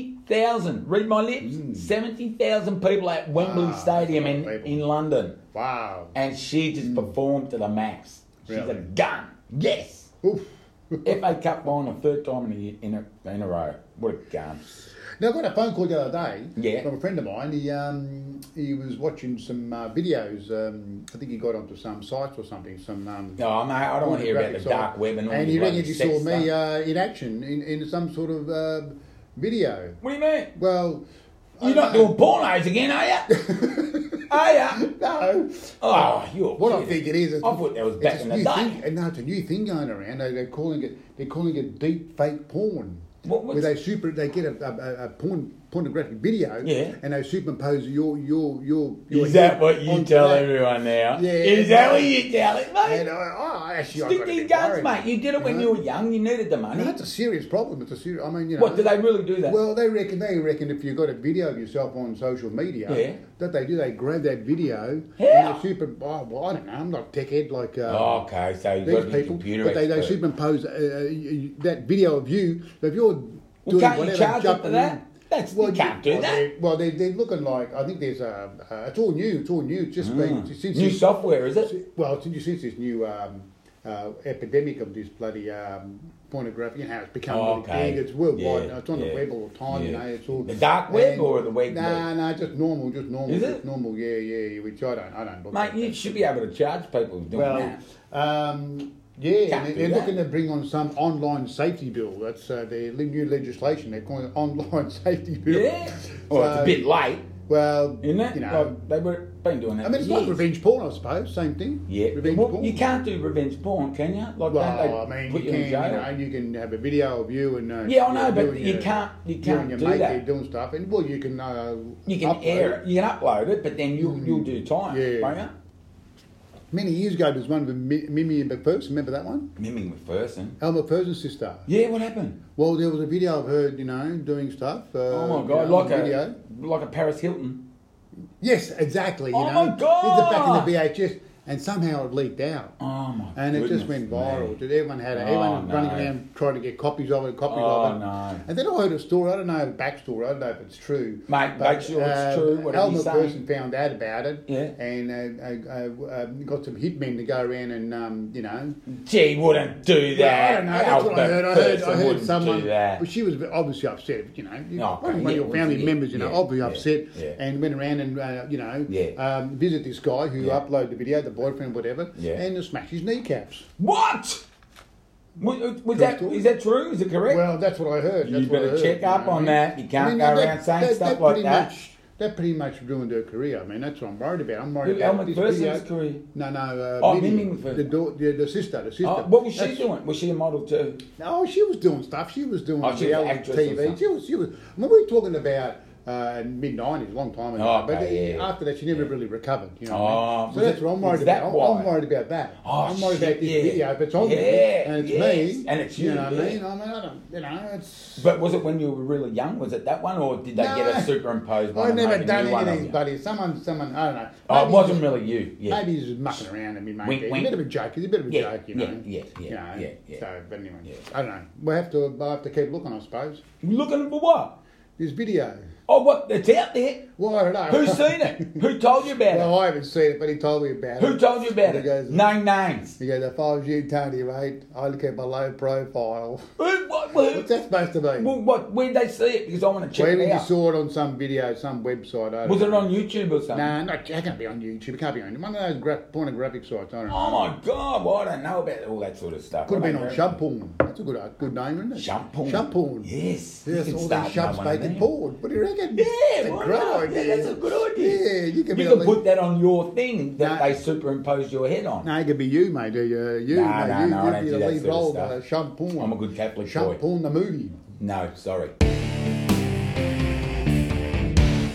Speaker 4: 70,000. Read my lips. 70,0and people at Wembley
Speaker 1: Ah,
Speaker 4: Stadium in,
Speaker 1: that's a lot of people.
Speaker 4: in London.
Speaker 1: Wow.
Speaker 4: And she just performed to the max. She's a
Speaker 1: Mm. Really?
Speaker 4: gun. Yes.
Speaker 1: Oof.
Speaker 4: FA Cup final, third time in a, year, in a, in a row. What a gun.
Speaker 1: Now I got a phone call the other day
Speaker 4: Yeah.
Speaker 1: from a friend of mine. He um, he was watching some uh, videos. Um, I think he got onto some sites or something. Some um,
Speaker 4: No, mate, I don't want to hear about the
Speaker 1: pornographic
Speaker 4: dark
Speaker 1: site.
Speaker 4: web and all
Speaker 1: And
Speaker 4: the
Speaker 1: he
Speaker 4: bloody
Speaker 1: reckons he
Speaker 4: sex
Speaker 1: saw me
Speaker 4: stuff.
Speaker 1: uh, in action in, in some sort of uh, video.
Speaker 4: What do you mean?
Speaker 1: Well, I
Speaker 4: You're not
Speaker 1: don't
Speaker 4: doing pornos again, are you? are you?
Speaker 1: know. no.
Speaker 4: Oh, you're
Speaker 1: What I
Speaker 4: kidding.
Speaker 1: think it is, it's,
Speaker 4: I thought that was
Speaker 1: it's
Speaker 4: back
Speaker 1: this
Speaker 4: in the
Speaker 1: new
Speaker 4: day.
Speaker 1: Thing, and no, it's a new thing going around. They, they're calling it, they're calling it deep fake porn.
Speaker 4: What- what's-
Speaker 1: where they super, they get a, a, a- a porn pornographic video,
Speaker 4: Yeah.
Speaker 1: and they superimpose your your your. your
Speaker 4: Is that
Speaker 1: head
Speaker 4: what you
Speaker 1: onto
Speaker 4: tell
Speaker 1: that.
Speaker 4: everyone now?
Speaker 1: Yeah.
Speaker 4: Is that what you tell it,
Speaker 1: And I,
Speaker 4: mate?
Speaker 1: oh, actually, I got a
Speaker 4: Stick to your
Speaker 1: bit
Speaker 4: guns,
Speaker 1: worried.
Speaker 4: mate. You did it when
Speaker 1: know?
Speaker 4: you were young. You needed the money.
Speaker 1: No, it's a serious problem. It's a serious. I mean, you know.
Speaker 4: What, do they really do that?
Speaker 1: Well, they reckon they reckon if you've got a video of yourself on social media,
Speaker 4: Yeah.
Speaker 1: that they do. They grab that video.
Speaker 4: How?
Speaker 1: And they super. Oh, well, I don't know. I'm not a tech head like. Uh,
Speaker 4: Oh, okay, so you've got
Speaker 1: these
Speaker 4: to be a
Speaker 1: people,
Speaker 4: computer
Speaker 1: but they, they
Speaker 4: expert.
Speaker 1: superimpose uh, uh, y- y- that video of you. So if you're doing
Speaker 4: well, can't you
Speaker 1: whatever,
Speaker 4: charge it
Speaker 1: jumping
Speaker 4: for
Speaker 1: in-
Speaker 4: that? That's you can't do
Speaker 1: well,
Speaker 4: that.
Speaker 1: They're, well, they're, they're looking like I think there's a. Uh, it's all new. It's all new. It's just been since
Speaker 4: Mm. New
Speaker 1: this-
Speaker 4: software, is it?
Speaker 1: Well, since since this new um, uh, epidemic of this bloody um, pornography, you know, it's become
Speaker 4: Oh,
Speaker 1: really
Speaker 4: okay.
Speaker 1: big. It's worldwide.
Speaker 4: Yeah,
Speaker 1: now. It's on
Speaker 4: yeah,
Speaker 1: the web all the time. You
Speaker 4: yeah.
Speaker 1: know, it's all
Speaker 4: The dark web
Speaker 1: and-
Speaker 4: or the web
Speaker 1: Nah, nah, just normal, just normal,
Speaker 4: Is
Speaker 1: just
Speaker 4: it?
Speaker 1: normal. Yeah, yeah, yeah. Which I don't, I don't. Look
Speaker 4: Mate,
Speaker 1: at
Speaker 4: you
Speaker 1: that.
Speaker 4: should be able to charge people doing
Speaker 1: Well,
Speaker 4: that.
Speaker 1: um, yeah,
Speaker 4: Can't
Speaker 1: and
Speaker 4: do
Speaker 1: they're
Speaker 4: that.
Speaker 1: looking to bring on some online safety bill. That's uh, their li- new legislation. They're calling it online safety bill.
Speaker 4: Yeah. Well, it's a
Speaker 1: So,
Speaker 4: bit late,
Speaker 1: Well,
Speaker 4: isn't it?
Speaker 1: You know,
Speaker 4: Like, they were been doing that.
Speaker 1: I mean, it's
Speaker 4: for
Speaker 1: like
Speaker 4: years.
Speaker 1: revenge porn, I suppose. Same thing.
Speaker 4: Yeah.
Speaker 1: revenge
Speaker 4: Well,
Speaker 1: porn.
Speaker 4: You can't do revenge porn, can you? Like,
Speaker 1: Well, I
Speaker 4: don't they
Speaker 1: mean,
Speaker 4: put
Speaker 1: you
Speaker 4: you,
Speaker 1: can,
Speaker 4: in
Speaker 1: you
Speaker 4: jail?
Speaker 1: know, and you can have a video of you and uh,
Speaker 4: Yeah, I know,
Speaker 1: you
Speaker 4: but
Speaker 1: doing
Speaker 4: you
Speaker 1: your-
Speaker 4: can't- you
Speaker 1: and
Speaker 4: can't
Speaker 1: your
Speaker 4: do
Speaker 1: mate
Speaker 4: that.
Speaker 1: there doing stuff, and well, you can. Uh,
Speaker 4: You can
Speaker 1: upload
Speaker 4: air
Speaker 1: it. Mm.
Speaker 4: it. You can upload it, but then you'll you'll do time,
Speaker 1: Yeah.
Speaker 4: won't you?
Speaker 1: Many years ago, there was one with Mi- Mimi and McPherson. Remember that one?
Speaker 4: Mimming McPherson.
Speaker 1: Elma McPherson's sister.
Speaker 4: Yeah, what happened?
Speaker 1: Well, there was a video of her, you know, doing stuff. Uh,
Speaker 4: oh my
Speaker 1: you
Speaker 4: god,
Speaker 1: know,
Speaker 4: like
Speaker 1: on
Speaker 4: a
Speaker 1: video.
Speaker 4: like a Paris Hilton.
Speaker 1: Yes, exactly. You
Speaker 4: Oh
Speaker 1: know,
Speaker 4: my
Speaker 1: Did
Speaker 4: God!
Speaker 1: the back in the VHS, and somehow it leaked out.
Speaker 4: Oh my
Speaker 1: And it just went
Speaker 4: goodness
Speaker 1: viral.
Speaker 4: me.
Speaker 1: Did everyone had it?
Speaker 4: Oh,
Speaker 1: Everyone was running
Speaker 4: no.
Speaker 1: around trying to get copies of it, copies
Speaker 4: Oh,
Speaker 1: of it.
Speaker 4: no.
Speaker 1: And then I heard a story. I don't know the backstory. I don't know if it's true.
Speaker 4: Mate, make sure it's true, whatever
Speaker 1: Al
Speaker 4: you're
Speaker 1: McPherson
Speaker 4: saying.
Speaker 1: found out about it.
Speaker 4: Yeah.
Speaker 1: And uh, uh, uh, um, got some hitmen to go around and um, you know.
Speaker 4: Gee, wouldn't do
Speaker 1: Well, I
Speaker 4: that.
Speaker 1: don't know. That's what I
Speaker 4: Albert
Speaker 1: heard. I heard.
Speaker 4: Person
Speaker 1: I heard
Speaker 4: wouldn't
Speaker 1: someone.
Speaker 4: do that.
Speaker 1: But she was obviously upset. You know, you-
Speaker 4: okay.
Speaker 1: one of
Speaker 4: Yeah,
Speaker 1: your family
Speaker 4: yeah,
Speaker 1: members. You know,
Speaker 4: yeah,
Speaker 1: obviously
Speaker 4: yeah,
Speaker 1: upset,
Speaker 4: yeah.
Speaker 1: and went around and uh, you know,
Speaker 4: Yeah.
Speaker 1: um, visit this guy who
Speaker 4: Yeah.
Speaker 1: uploaded the video, the boyfriend, whatever,
Speaker 4: Yeah.
Speaker 1: and smashed his kneecaps.
Speaker 4: What? Was, was that
Speaker 1: story.
Speaker 4: is that true? Is it correct?
Speaker 1: Well, that's what I heard. That's
Speaker 4: You
Speaker 1: what I
Speaker 4: better
Speaker 1: heard,
Speaker 4: check up
Speaker 1: know what
Speaker 4: on
Speaker 1: I mean?
Speaker 4: that. You can't
Speaker 1: I mean,
Speaker 4: go
Speaker 1: that-
Speaker 4: around saying stuff like
Speaker 1: pretty
Speaker 4: that.
Speaker 1: Much, that pretty much ruined her career. I mean, that's what I'm worried about. I'm worried
Speaker 4: Who-
Speaker 1: about
Speaker 4: Al
Speaker 1: this
Speaker 4: McPherson's
Speaker 1: video.
Speaker 4: career?
Speaker 1: No, no. Uh,
Speaker 4: Oh,
Speaker 1: Minnie,
Speaker 4: Minnie McPherson.
Speaker 1: the, daugh- the, the sister, the sister.
Speaker 4: Oh, what was she
Speaker 1: That's-
Speaker 4: doing? Was she a model too?
Speaker 1: No, she was doing stuff. She was doing
Speaker 4: Oh, she was an
Speaker 1: reality
Speaker 4: actress or something.
Speaker 1: TV. She was, she was. I mean, we were talking about uh, mid nineties, long time ago.
Speaker 4: Oh, okay,
Speaker 1: but
Speaker 4: yeah, yeah.
Speaker 1: after that, she never
Speaker 4: Yeah.
Speaker 1: really recovered. You know.
Speaker 4: Oh,
Speaker 1: what I mean? so
Speaker 4: was
Speaker 1: that's
Speaker 4: it-
Speaker 1: what I'm worried
Speaker 4: was that
Speaker 1: about. I'm-
Speaker 4: why?
Speaker 1: I'm worried about that.
Speaker 4: Oh,
Speaker 1: I'm worried
Speaker 4: shit,
Speaker 1: about this
Speaker 4: yeah.
Speaker 1: video. If it's on
Speaker 4: Yeah,
Speaker 1: there and it's
Speaker 4: yes,
Speaker 1: me,
Speaker 4: and it's you,
Speaker 1: know what
Speaker 4: yeah.
Speaker 1: I mean? I mean, I don't, you know, it's.
Speaker 4: But was it when you were really young? Was it that one, or did they get a
Speaker 1: No.
Speaker 4: superimposed one?
Speaker 1: I've
Speaker 4: and
Speaker 1: never
Speaker 4: make a
Speaker 1: done
Speaker 4: new one
Speaker 1: any
Speaker 4: of
Speaker 1: of these,
Speaker 4: you?
Speaker 1: buddy. Someone, someone, I don't know.
Speaker 4: Oh, it
Speaker 1: Maybe
Speaker 4: wasn't
Speaker 1: he's-
Speaker 4: really you. Yeah.
Speaker 1: Maybe he's just mucking around. I mean, mate,
Speaker 4: Wink,
Speaker 1: he's
Speaker 4: wink.
Speaker 1: a bit of a joke. He's a bit of a
Speaker 4: Yeah,
Speaker 1: joke, you
Speaker 4: yeah,
Speaker 1: know.
Speaker 4: yeah, yeah,
Speaker 1: you know,
Speaker 4: yeah, yeah.
Speaker 1: So, but anyway,
Speaker 4: Yeah.
Speaker 1: I don't know. We'll have to, I'll have to keep looking, I suppose.
Speaker 4: You looking for what?
Speaker 1: This video.
Speaker 4: Oh, what? It's out there.
Speaker 1: Well, I don't know.
Speaker 4: Who's seen it? Who told you about
Speaker 1: Well, I haven't seen it, but he told me about
Speaker 4: it? Who
Speaker 1: it.
Speaker 4: told you about
Speaker 1: He
Speaker 4: it?
Speaker 1: goes-
Speaker 4: Name names.
Speaker 1: He goes, if I was you, Tony, mate, I'd keep a low profile.
Speaker 4: Who? What? Who?
Speaker 1: What's that supposed to be?
Speaker 4: Well, what? Where'd they see it? Because I want to check
Speaker 1: Where
Speaker 4: it
Speaker 1: did you
Speaker 4: out.
Speaker 1: saw it on some video, some website? I don't
Speaker 4: Was it
Speaker 1: know.
Speaker 4: on YouTube or something?
Speaker 1: Nah, not, it can't be on YouTube. It can't be on one of those gra- pornographic sites. I don't know.
Speaker 4: Oh my God! Well, I don't know about all that sort of stuff.
Speaker 1: Could have been
Speaker 4: I
Speaker 1: on
Speaker 4: don't
Speaker 1: Shub Porn. That's a good, uh, good name, isn't it?
Speaker 4: know. Shub porn.
Speaker 1: Shub Porn.
Speaker 4: Yes. you
Speaker 1: Yes,
Speaker 4: can
Speaker 1: all
Speaker 4: start
Speaker 1: these shops
Speaker 4: another one eh? of
Speaker 1: making
Speaker 4: them.
Speaker 1: porn. What do you reckon?
Speaker 4: Yeah,
Speaker 1: It's a
Speaker 4: why
Speaker 1: great
Speaker 4: not? Yeah, that's a good idea.
Speaker 1: Yeah, you can be
Speaker 4: You
Speaker 1: a
Speaker 4: can
Speaker 1: little-
Speaker 4: put that on your thing that
Speaker 1: Nah.
Speaker 4: they superimpose your head on.
Speaker 1: No, it could be you, mate. Uh, you,
Speaker 4: Nah,
Speaker 1: mate.
Speaker 4: nah,
Speaker 1: you,
Speaker 4: nah, I
Speaker 1: you'd
Speaker 4: don't
Speaker 1: be
Speaker 4: do
Speaker 1: the
Speaker 4: that
Speaker 1: lead
Speaker 4: sort of
Speaker 1: role
Speaker 4: stuff.
Speaker 1: of Shub Porn.
Speaker 4: I'm a good Catholic
Speaker 1: Shub
Speaker 4: boy.
Speaker 1: Porn, the movie.
Speaker 4: No, sorry.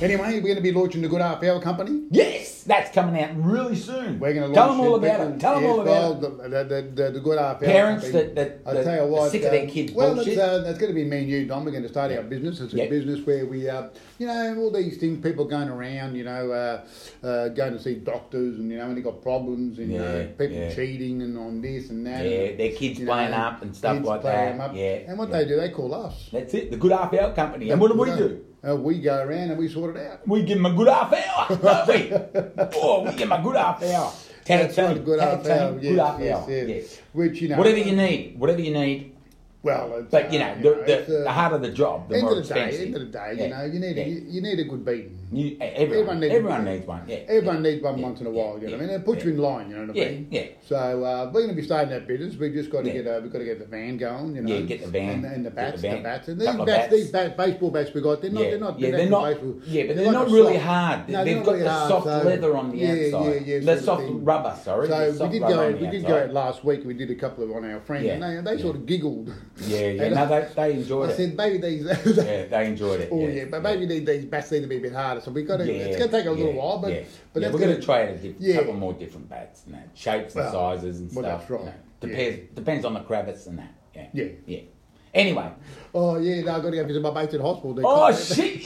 Speaker 1: Anyway, we're going to be launching the Good Half Hour Company.
Speaker 4: Yes, that's coming out really soon.
Speaker 1: We're going to launch
Speaker 4: Tell them all
Speaker 1: it.
Speaker 4: about
Speaker 1: People-
Speaker 4: it. Tell them
Speaker 1: yes,
Speaker 4: all about
Speaker 1: well,
Speaker 4: it.
Speaker 1: The, the, the, the Good Half Hour
Speaker 4: Parents
Speaker 1: Company.
Speaker 4: that- that-
Speaker 1: I'll
Speaker 4: that
Speaker 1: tell you what,
Speaker 4: are sick of their
Speaker 1: um,
Speaker 4: kids'
Speaker 1: Well,
Speaker 4: bullshit.
Speaker 1: it's, uh, that's going to be me and you, Don. We're going to start our business. It's a
Speaker 4: Yep.
Speaker 1: business where we, uh, you know, all these things, people going around, you know, uh, uh, going to see doctors and, you know, when they got problems and, you
Speaker 4: Yeah,
Speaker 1: know, people
Speaker 4: yeah.
Speaker 1: cheating and on this and that.
Speaker 4: Yeah,
Speaker 1: and,
Speaker 4: their kids
Speaker 1: you
Speaker 4: playing up and stuff
Speaker 1: kids
Speaker 4: like
Speaker 1: playing
Speaker 4: that.
Speaker 1: them up.
Speaker 4: Yeah,
Speaker 1: And what
Speaker 4: yeah.
Speaker 1: they do, they call us.
Speaker 4: That's it. The good half hour company. And what do we do?
Speaker 1: Uh, we go around and we sort it out.
Speaker 4: We give them a good half hour, don't we? oh, we give them a good half hour. Tag
Speaker 1: That's right,
Speaker 4: team,
Speaker 1: good
Speaker 4: tag
Speaker 1: half hour.
Speaker 4: team,
Speaker 1: Yes,
Speaker 4: good half
Speaker 1: yes,
Speaker 4: hour.
Speaker 1: yes.
Speaker 4: Yes.
Speaker 1: Which you know,
Speaker 4: Whatever you need, whatever you need.
Speaker 1: Well, it's,
Speaker 4: But you
Speaker 1: uh,
Speaker 4: know, the,
Speaker 1: it's,
Speaker 4: the,
Speaker 1: uh,
Speaker 4: the harder the job, the
Speaker 1: end
Speaker 4: more
Speaker 1: of the
Speaker 4: expensive.
Speaker 1: day, end of the day,
Speaker 4: Yeah,
Speaker 1: you know, you need
Speaker 4: yeah.
Speaker 1: a, you, you need a good beating.
Speaker 4: You- everyone, everyone
Speaker 1: Everyone
Speaker 4: needs,
Speaker 1: needs-
Speaker 4: one. Yeah,
Speaker 1: Everyone
Speaker 4: yeah,
Speaker 1: needs one
Speaker 4: yeah,
Speaker 1: once in a
Speaker 4: yeah,
Speaker 1: while, you know
Speaker 4: yeah,
Speaker 1: what I mean? It puts
Speaker 4: yeah.
Speaker 1: you in line, you know what I
Speaker 4: Yeah,
Speaker 1: mean?
Speaker 4: yeah.
Speaker 1: So uh, we're going to be starting that business. We've just got to
Speaker 4: Yeah.
Speaker 1: get uh, we've got to get the van going, you know.
Speaker 4: Yeah, get the van,
Speaker 1: and, and the
Speaker 4: get
Speaker 1: bats,
Speaker 4: the
Speaker 1: the,
Speaker 4: van,
Speaker 1: bats, and
Speaker 4: couple
Speaker 1: these
Speaker 4: of
Speaker 1: bats,
Speaker 4: bats.
Speaker 1: these bat, baseball bats we got. They're not,
Speaker 4: Yeah,
Speaker 1: they're not,
Speaker 4: yeah,
Speaker 1: they're,
Speaker 4: they're
Speaker 1: not,
Speaker 4: not-
Speaker 1: baseball.
Speaker 4: yeah, but
Speaker 1: They're
Speaker 4: they're
Speaker 1: like
Speaker 4: not
Speaker 1: a
Speaker 4: really
Speaker 1: soft-
Speaker 4: hard.
Speaker 1: No, they're
Speaker 4: They've
Speaker 1: not
Speaker 4: got
Speaker 1: really
Speaker 4: the
Speaker 1: hard,
Speaker 4: soft
Speaker 1: so-
Speaker 4: leather on the
Speaker 1: yeah,
Speaker 4: outside.
Speaker 1: Yeah, yeah,
Speaker 4: The
Speaker 1: sort of
Speaker 4: soft
Speaker 1: thing.
Speaker 4: rubber, sorry, the
Speaker 1: So
Speaker 4: soft
Speaker 1: we did
Speaker 4: rubber
Speaker 1: go.
Speaker 4: on the
Speaker 1: We did
Speaker 4: outside.
Speaker 1: go out last week. We did a couple of on our friends,
Speaker 4: Yeah,
Speaker 1: and they, and they
Speaker 4: yeah.
Speaker 1: sort of giggled.
Speaker 4: yeah, yeah.
Speaker 1: And
Speaker 4: No,
Speaker 1: I-
Speaker 4: they, they enjoyed
Speaker 1: I
Speaker 4: it.
Speaker 1: said, maybe these.
Speaker 4: yeah, they enjoyed it.
Speaker 1: Oh yeah, but maybe these these bats need to be a bit harder. So we got to. it's going to take a little
Speaker 4: yeah,
Speaker 1: while, but
Speaker 4: yeah.
Speaker 1: but
Speaker 4: Yeah,
Speaker 1: that's
Speaker 4: we're going to try out a diff-
Speaker 1: Yeah.
Speaker 4: couple more different bats, you know, shapes and
Speaker 1: Well,
Speaker 4: sizes and
Speaker 1: well,
Speaker 4: stuff.
Speaker 1: that's right.
Speaker 4: you know.
Speaker 1: Yeah.
Speaker 4: depends depends on the cravats and that. Yeah,
Speaker 1: Yeah.
Speaker 4: yeah. Anyway,
Speaker 1: Oh yeah, no, I've got to go visit my mates at hospital. They're
Speaker 4: oh
Speaker 1: cold.
Speaker 4: shit,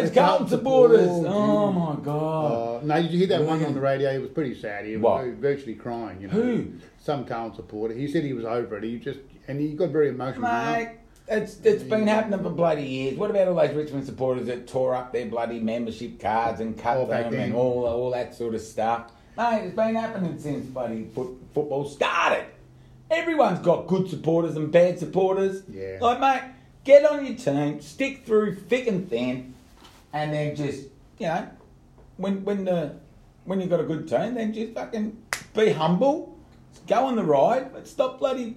Speaker 4: those
Speaker 1: The
Speaker 4: Carlton
Speaker 1: Carlton
Speaker 4: supporters.
Speaker 1: supporters.
Speaker 4: Oh my god.
Speaker 1: Uh, no, did you hear that one
Speaker 4: Really?
Speaker 1: on the radio? It was pretty sad. He was
Speaker 4: What?
Speaker 1: vir- virtually crying. You know,
Speaker 4: Who?
Speaker 1: Some Carlton supporter. He said he was over it. He just and he got very emotional. you know.
Speaker 4: Mate, It's it's been happening for bloody years. What about all those Richmond supporters that tore up their bloody membership cards and cut
Speaker 1: All back
Speaker 4: them
Speaker 1: then.
Speaker 4: and all all that sort of stuff? Mate, it's been happening since bloody foot, football started. Everyone's got good supporters and bad supporters.
Speaker 1: Yeah.
Speaker 4: Like mate, get on your team, stick through thick and thin, and then just you know, when when the when you've got a good team, then just fucking be humble, go on the ride, but stop bloody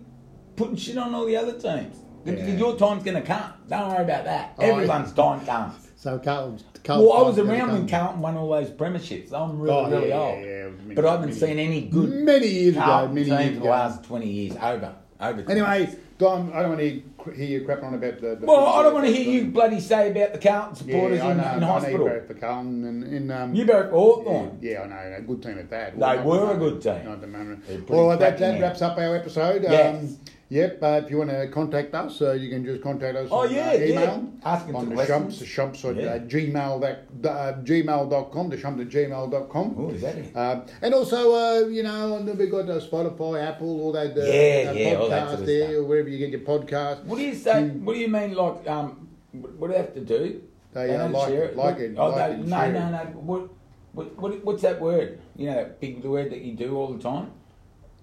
Speaker 4: putting shit on all the other teams.
Speaker 1: Yeah.
Speaker 4: Because your time's gonna come. Don't worry about that.
Speaker 1: Oh, yeah. Oh,
Speaker 4: Everyone's time comes.
Speaker 1: So Carlton. Carlton
Speaker 4: Well, I was
Speaker 1: Carlton,
Speaker 4: around
Speaker 1: Carlton-
Speaker 4: when Carlton won all those premierships. I'm really,
Speaker 1: Oh, yeah,
Speaker 4: really
Speaker 1: yeah,
Speaker 4: old.
Speaker 1: yeah, it was many-
Speaker 4: But I haven't
Speaker 1: many-
Speaker 4: seen any good
Speaker 1: many years ago,
Speaker 4: Carlton
Speaker 1: many
Speaker 4: team
Speaker 1: years
Speaker 4: for
Speaker 1: ago.
Speaker 4: the last twenty years. Over. Over.
Speaker 1: Anyway, Dom, I don't want to hear, hear you crapping on about the. the
Speaker 4: Well, I don't want to hear you bloody say about the Carlton supporters
Speaker 1: I
Speaker 4: in,
Speaker 1: know, I
Speaker 4: in
Speaker 1: know
Speaker 4: hospital.
Speaker 1: You both for Carlton and, and um,
Speaker 4: You both Hawthorn.
Speaker 1: Yeah, I know. A good team at that.
Speaker 4: They were a good team.
Speaker 1: Not at the moment.
Speaker 4: They're pretty
Speaker 1: All right, that,
Speaker 4: cracking
Speaker 1: that
Speaker 4: now.
Speaker 1: wraps up our episode.
Speaker 4: Yes.
Speaker 1: yep, uh, if you want to contact us, uh, you can just contact us
Speaker 4: Oh,
Speaker 1: on
Speaker 4: yeah,
Speaker 1: uh,
Speaker 4: yeah.
Speaker 1: email.
Speaker 4: Ask us
Speaker 1: on
Speaker 4: some
Speaker 1: the shops,
Speaker 4: questions.
Speaker 1: the shops at
Speaker 4: Yeah.
Speaker 1: uh, gmail that, uh, gmail.com, the shops at gmail.com.
Speaker 4: Oh, is that it?
Speaker 1: Uh, and also, uh, you know, and we've got uh, Spotify, Apple, all that. Uh,
Speaker 4: Yeah,
Speaker 1: uh,
Speaker 4: yeah,
Speaker 1: podcast
Speaker 4: all that sort of
Speaker 1: there,
Speaker 4: stuff.
Speaker 1: or wherever you get your podcast.
Speaker 4: What do you say?
Speaker 1: Hmm.
Speaker 4: What do you mean? Like, um, what do they have to do?
Speaker 1: They, uh,
Speaker 4: don't
Speaker 1: like
Speaker 4: share
Speaker 1: it, like
Speaker 4: What-
Speaker 1: it,
Speaker 4: Oh,
Speaker 1: like
Speaker 4: they-
Speaker 1: it,
Speaker 4: no,
Speaker 1: share
Speaker 4: no,
Speaker 1: it.
Speaker 4: no. What, what, what, what's that word? You know, that big word that you do all the time.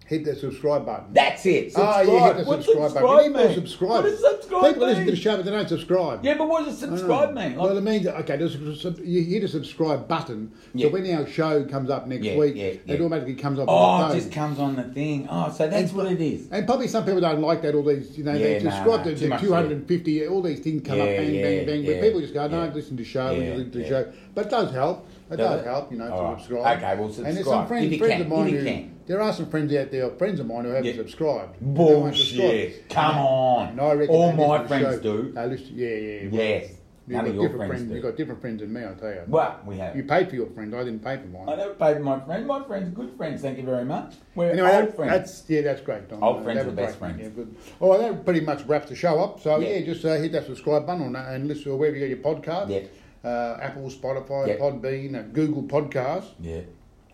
Speaker 1: Hit the subscribe button.
Speaker 4: That's it.
Speaker 1: Oh,
Speaker 4: Subscribe.
Speaker 1: yeah, hit the
Speaker 4: What's
Speaker 1: subscribe, button. We need more
Speaker 4: mean?
Speaker 1: subscribers.
Speaker 4: What does subscribe
Speaker 1: People listen to the
Speaker 4: mean?
Speaker 1: show, but they don't subscribe.
Speaker 4: Yeah, but what does subscribe
Speaker 1: Mm.
Speaker 4: mean? Like,
Speaker 1: well, it means okay. There's a, sub- you hit a subscribe button,
Speaker 4: Yeah.
Speaker 1: so when our show comes up next
Speaker 4: Yeah,
Speaker 1: week,
Speaker 4: yeah,
Speaker 1: it
Speaker 4: yeah.
Speaker 1: automatically comes up.
Speaker 4: oh,
Speaker 1: on
Speaker 4: it
Speaker 1: the phone.
Speaker 4: just comes on the thing. Oh, so that's
Speaker 1: And-
Speaker 4: what it is.
Speaker 1: And probably some people don't like that. All these, you know, they
Speaker 4: Yeah, nah,
Speaker 1: subscribe
Speaker 4: nah,
Speaker 1: to
Speaker 4: too much,
Speaker 1: 250. All these things come up,
Speaker 4: Yeah,
Speaker 1: bang,
Speaker 4: yeah,
Speaker 1: bang, bang. But
Speaker 4: yeah,
Speaker 1: people just go, no,
Speaker 4: yeah.
Speaker 1: listen to the show,
Speaker 4: Yeah,
Speaker 1: listen to the
Speaker 4: yeah.
Speaker 1: show. But it does help. It
Speaker 4: Does
Speaker 1: does
Speaker 4: it?
Speaker 1: help, you know,
Speaker 4: All
Speaker 1: to
Speaker 4: right.
Speaker 1: subscribe.
Speaker 4: Okay, well,
Speaker 1: And there's some
Speaker 4: subscribe.
Speaker 1: friends,
Speaker 4: If you
Speaker 1: friends
Speaker 4: can,
Speaker 1: of mine
Speaker 4: if you
Speaker 1: who
Speaker 4: can.
Speaker 1: there are some friends out there, friends of mine who haven't
Speaker 4: Yeah.
Speaker 1: subscribed. They won't subscribe.
Speaker 4: Bullshit. Come on.
Speaker 1: And I reckon
Speaker 4: All
Speaker 1: they listen
Speaker 4: my
Speaker 1: to the
Speaker 4: friends
Speaker 1: show.
Speaker 4: do.
Speaker 1: They listen, yeah, yeah. well,
Speaker 4: Yes.
Speaker 1: You've
Speaker 4: None
Speaker 1: got
Speaker 4: of your
Speaker 1: different
Speaker 4: friends
Speaker 1: friends. You've
Speaker 4: do.
Speaker 1: got different friends than me, I tell you.
Speaker 4: Well, we have.
Speaker 1: You paid for your friends. I didn't pay for
Speaker 4: I
Speaker 1: mine.
Speaker 4: never paid my friend. My friend's good friends. Thank you very much. We're
Speaker 1: Anyway,
Speaker 4: old
Speaker 1: that,
Speaker 4: friends.
Speaker 1: that's yeah, that's great, Don.
Speaker 4: Old
Speaker 1: Uh,
Speaker 4: friends
Speaker 1: that
Speaker 4: are
Speaker 1: was
Speaker 4: the best
Speaker 1: great, mate.
Speaker 4: friends.
Speaker 1: Yeah, good. All right, that pretty much wraps the show up. So yeah,
Speaker 4: Yeah.
Speaker 1: just uh, hit that subscribe button on and listen to wherever you get your podcast.
Speaker 4: Yeah.
Speaker 1: Uh, Apple, Spotify,
Speaker 4: Yeah.
Speaker 1: Podbean, uh, Google Podcasts.
Speaker 4: yeah.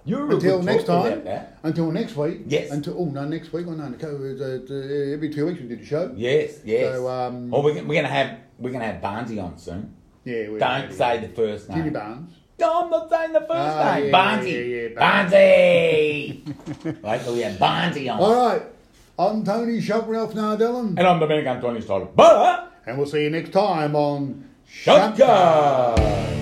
Speaker 4: You're a
Speaker 1: Until
Speaker 4: good
Speaker 1: next
Speaker 4: talker
Speaker 1: time.
Speaker 4: about that.
Speaker 1: Until next week.
Speaker 4: Yes.
Speaker 1: Until oh no, next week. Oh no, no, uh, uh, every two weeks we did a show.
Speaker 4: Yes, yes.
Speaker 1: So, um,
Speaker 4: oh, we're, gonna- we're gonna have we're gonna have Barnsey on soon.
Speaker 1: Yeah. We,
Speaker 4: Don't say the first
Speaker 1: Jimmy
Speaker 4: name.
Speaker 1: Barnes.
Speaker 4: No, I'm not saying the first
Speaker 1: Ah,
Speaker 4: name.
Speaker 1: yeah,
Speaker 4: Barnsey. Barnsey. right, so we have Barnsey on.
Speaker 1: All right. I'm Tony Shopralph Nardellan,
Speaker 4: And I'm Dominic Antonis But
Speaker 1: and we'll see you next time on Shotgun.
Speaker 4: Shotgun.